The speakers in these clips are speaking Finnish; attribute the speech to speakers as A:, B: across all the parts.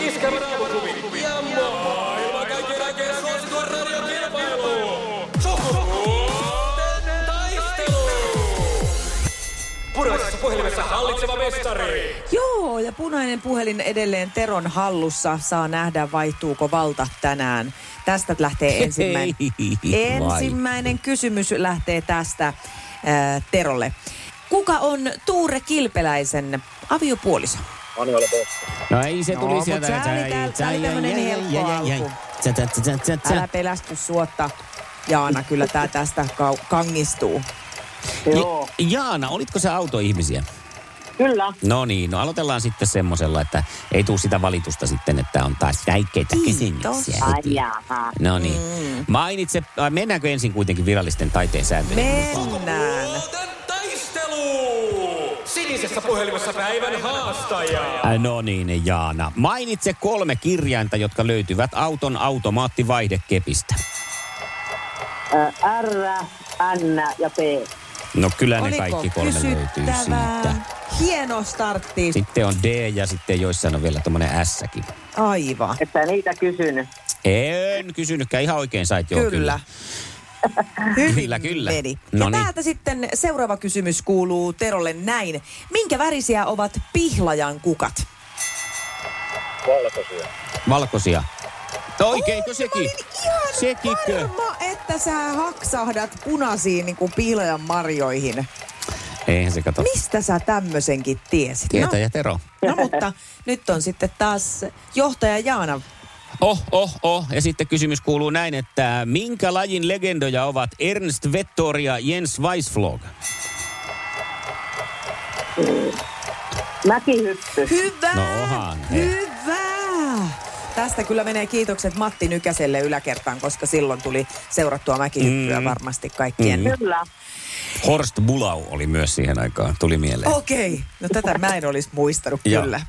A: Iskävä raamuklubi ja maailman kaikkien aikeen suosituen radiokilpailu. Sukupuolten taistelu. Puraisessa puhelimessa hallitseva mestari.
B: Joo, ja punainen puhelin edelleen Teron hallussa. Saa nähdä, vaihtuuko valta tänään. Tästä lähtee ensimmäinen.
C: Ei vai.
B: ensimmäinen kysymys lähtee tästä äh, Terolle. Kuka on Tuure Kilpeläisen aviopuoliso?
C: No ei se tuli
B: No, mut
C: sieltä.
B: tää oli tää- tää oli tämmönen helppo alku.
C: Tsä, tsä, tsä, tsä, tsä, tsä.
B: Älä pelästy suotta. Jaana, kyllä tämä tästä kau- kangistuu.
D: Joo,
C: Ja- Jaana, olitko sä autoihmisiä?
D: kyllä.
C: No niin, no aloitellaan sitten semmoisella, että ei tule sitä valitusta sitten, että on taas räikeitä
B: Kiitos.
C: kysymyksiä.
D: Ai
C: heti.
D: jaha.
C: No niin. Mainitse, ai, mennäänkö ensin kuitenkin virallisten taiteen sääntöjen mukaan?
B: Mennään.
A: Sukupuolten taistelu. Sinisessä puhelimessa päivän haastaja.
C: Ai, No niin, Jaana. Mainitse kolme kirjainta, jotka löytyvät auton automaattivaihdekepistä.
D: Ö, R, N ja P.
C: No kyllä ne
B: Oliko
C: kaikki kolme löytyy
B: kysyttävää?
C: siitä.
B: Hieno startti.
C: Sitten on D ja sitten joissain on vielä tämmöinen S-säkin.
B: Aivan.
D: Että niitä kysynyt.
C: En kysynytkään, ihan oikein sait joo kyllä.
B: Hyvin
C: Kyllä, kyllä.
B: Meni.
C: No
B: ja
C: niin.
B: täältä sitten seuraava kysymys kuuluu Terolle näin. Minkä värisiä ovat pihlajan kukat?
C: Valkoisia. No oikeinko sekin?
B: Ihan
C: Sekikö?
B: varma, että sä haksahdat punaisiin niin kuin pihlajan marjoihin.
C: Eihän se kato.
B: Mistä sä tämmöisenkin tiesit?
C: Tietäjä ja Tero.
B: No, no mutta nyt on sitten taas johtaja Jaana.
C: Oh, oh, oh. Ja sitten kysymys kuuluu näin, että minkä lajin legendoja ovat Ernst Vettor ja Jens Weisflog?
D: Mäkihyppy.
B: Hyvä!
C: No onhan he.
B: Hyvä! Tästä kyllä menee kiitokset Matti Nykäselle yläkertaan, koska silloin tuli seurattua mäkihyppyä
C: Mm.
B: mm. varmasti kaikkien. Mm.
D: Kyllä.
C: Horst Bulau oli myös siihen aikaan, tuli mieleen.
B: Okei, okay. no tätä mä en olisi muistanut
C: Joo.
B: kyllä.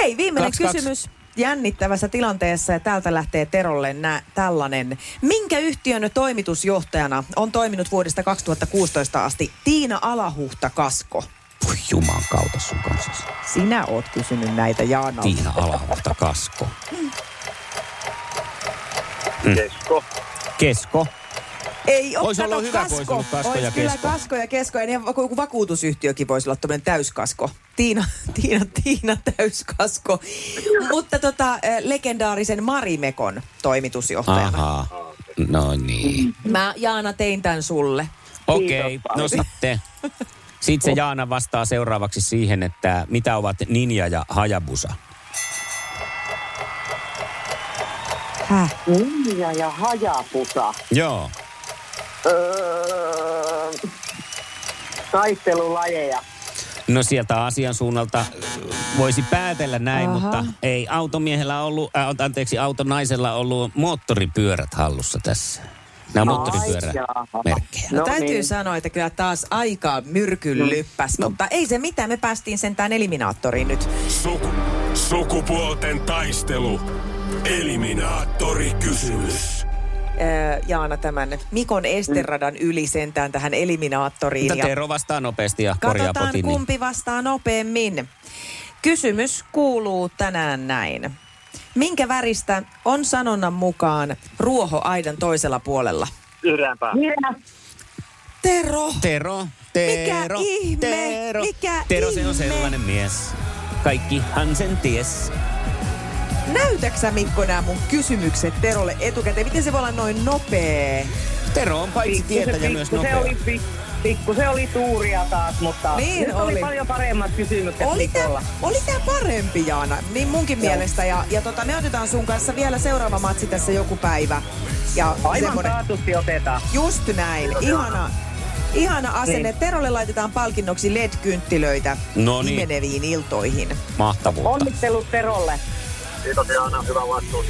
B: Hei, viimeinen
C: Kaksi, kaksi.
B: kysymys jännittävässä tilanteessa ja täältä lähtee Terolle nä- tällainen. Minkä yhtiön toimitusjohtajana on toiminut vuodesta 2016 asti Tiina Alahuhta Kasko?
C: Voi juman kautta sun kanssa.
B: Sinä oot kysynyt näitä Jaana.
C: Tiina Alahuhta Kasko.
E: Kesko.
C: Kesko.
B: Ei oo,
C: Ois
B: kato,
C: ollut hyvä, kun ois ollut Kasko
B: Ois
C: ja
B: kyllä
C: Kesko.
B: Kasko ja Kesko. Ja niin joku vakuutusyhtiökin voisi olla tämmöinen täyskasko. Tiina, Tiina, Tiina täyskasko. Mutta tota, eh, legendaarisen Marimekon toimitusjohtajana.
C: Ahaa. No niin.
B: Ah. Mä Jaana tein tämän sulle.
C: Okei, no sitten. Sitten se Jaana vastaa seuraavaksi siihen, että mitä ovat Ninja ja Hajabusa.
B: Häh?
D: Ninja ja hajapusa.
C: Joo.
D: Öö, taistelulajeja.
C: No sieltä asian suunnalta voisi päätellä näin, Aha. mutta ei automiehellä ollut, äh, anteeksi, autonaisella ollut moottoripyörät hallussa tässä. Nämä moottoripyörämerkkejä.
B: No,
D: No
B: täytyy
D: niin.
B: sanoa, että kyllä taas aika myrkyn lyppäs, no. mutta ei se mitään, me päästiin sentään eliminaattoriin nyt.
A: Suku, sukupuolten taistelu. Eliminaattori kysymys.
B: Öö, Jaana tämän Mikon esteradan yli sentään tähän eliminaattoriin.
C: Mutta
B: ja-
C: Tero vastaa nopeasti ja korjaa
B: Katsotaan
C: potin. Niin.
B: kumpi vastaa nopeammin. Kysymys kuuluu tänään näin. Minkä väristä on sanonnan mukaan ruoho aidan toisella puolella?
E: Yhdäänpää.
D: Hirä.
B: Tero!
C: Tero,
B: Mikä
C: Tero,
B: ihme?
C: Tero.
B: Mikä
C: Tero se on
B: ihme?
C: sellainen mies. Kaikkihan sen ties.
B: Näytäksä Mikko nämä mun kysymykset Terolle etukäteen? Miten se voi olla noin nopee?
C: Tero on paitsi tietäjä myös
D: se
C: nopea.
D: oli, pik, pikku se oli tuuria taas, mutta
B: Niin
D: nyt oli.
B: oli.
D: paljon paremmat kysymykset
B: Oli
D: Nikolla.
B: tää, oli tää parempi Jaana, niin munkin Joo. mielestä. Ja, ja tota, me otetaan sun kanssa vielä seuraava matsi tässä joku päivä. Ja
D: Aivan
B: semmonen-
D: taatusti otetaan.
B: Just näin. Ihana, ihana asenne. Niin. Terolle laitetaan palkinnoksi LED-kynttilöitä
C: No niin.
B: meneviin iltoihin.
C: Mahtavuutta.
D: Onnittelut Terolle.
E: Kiitos Jaana, hyvä vastuus.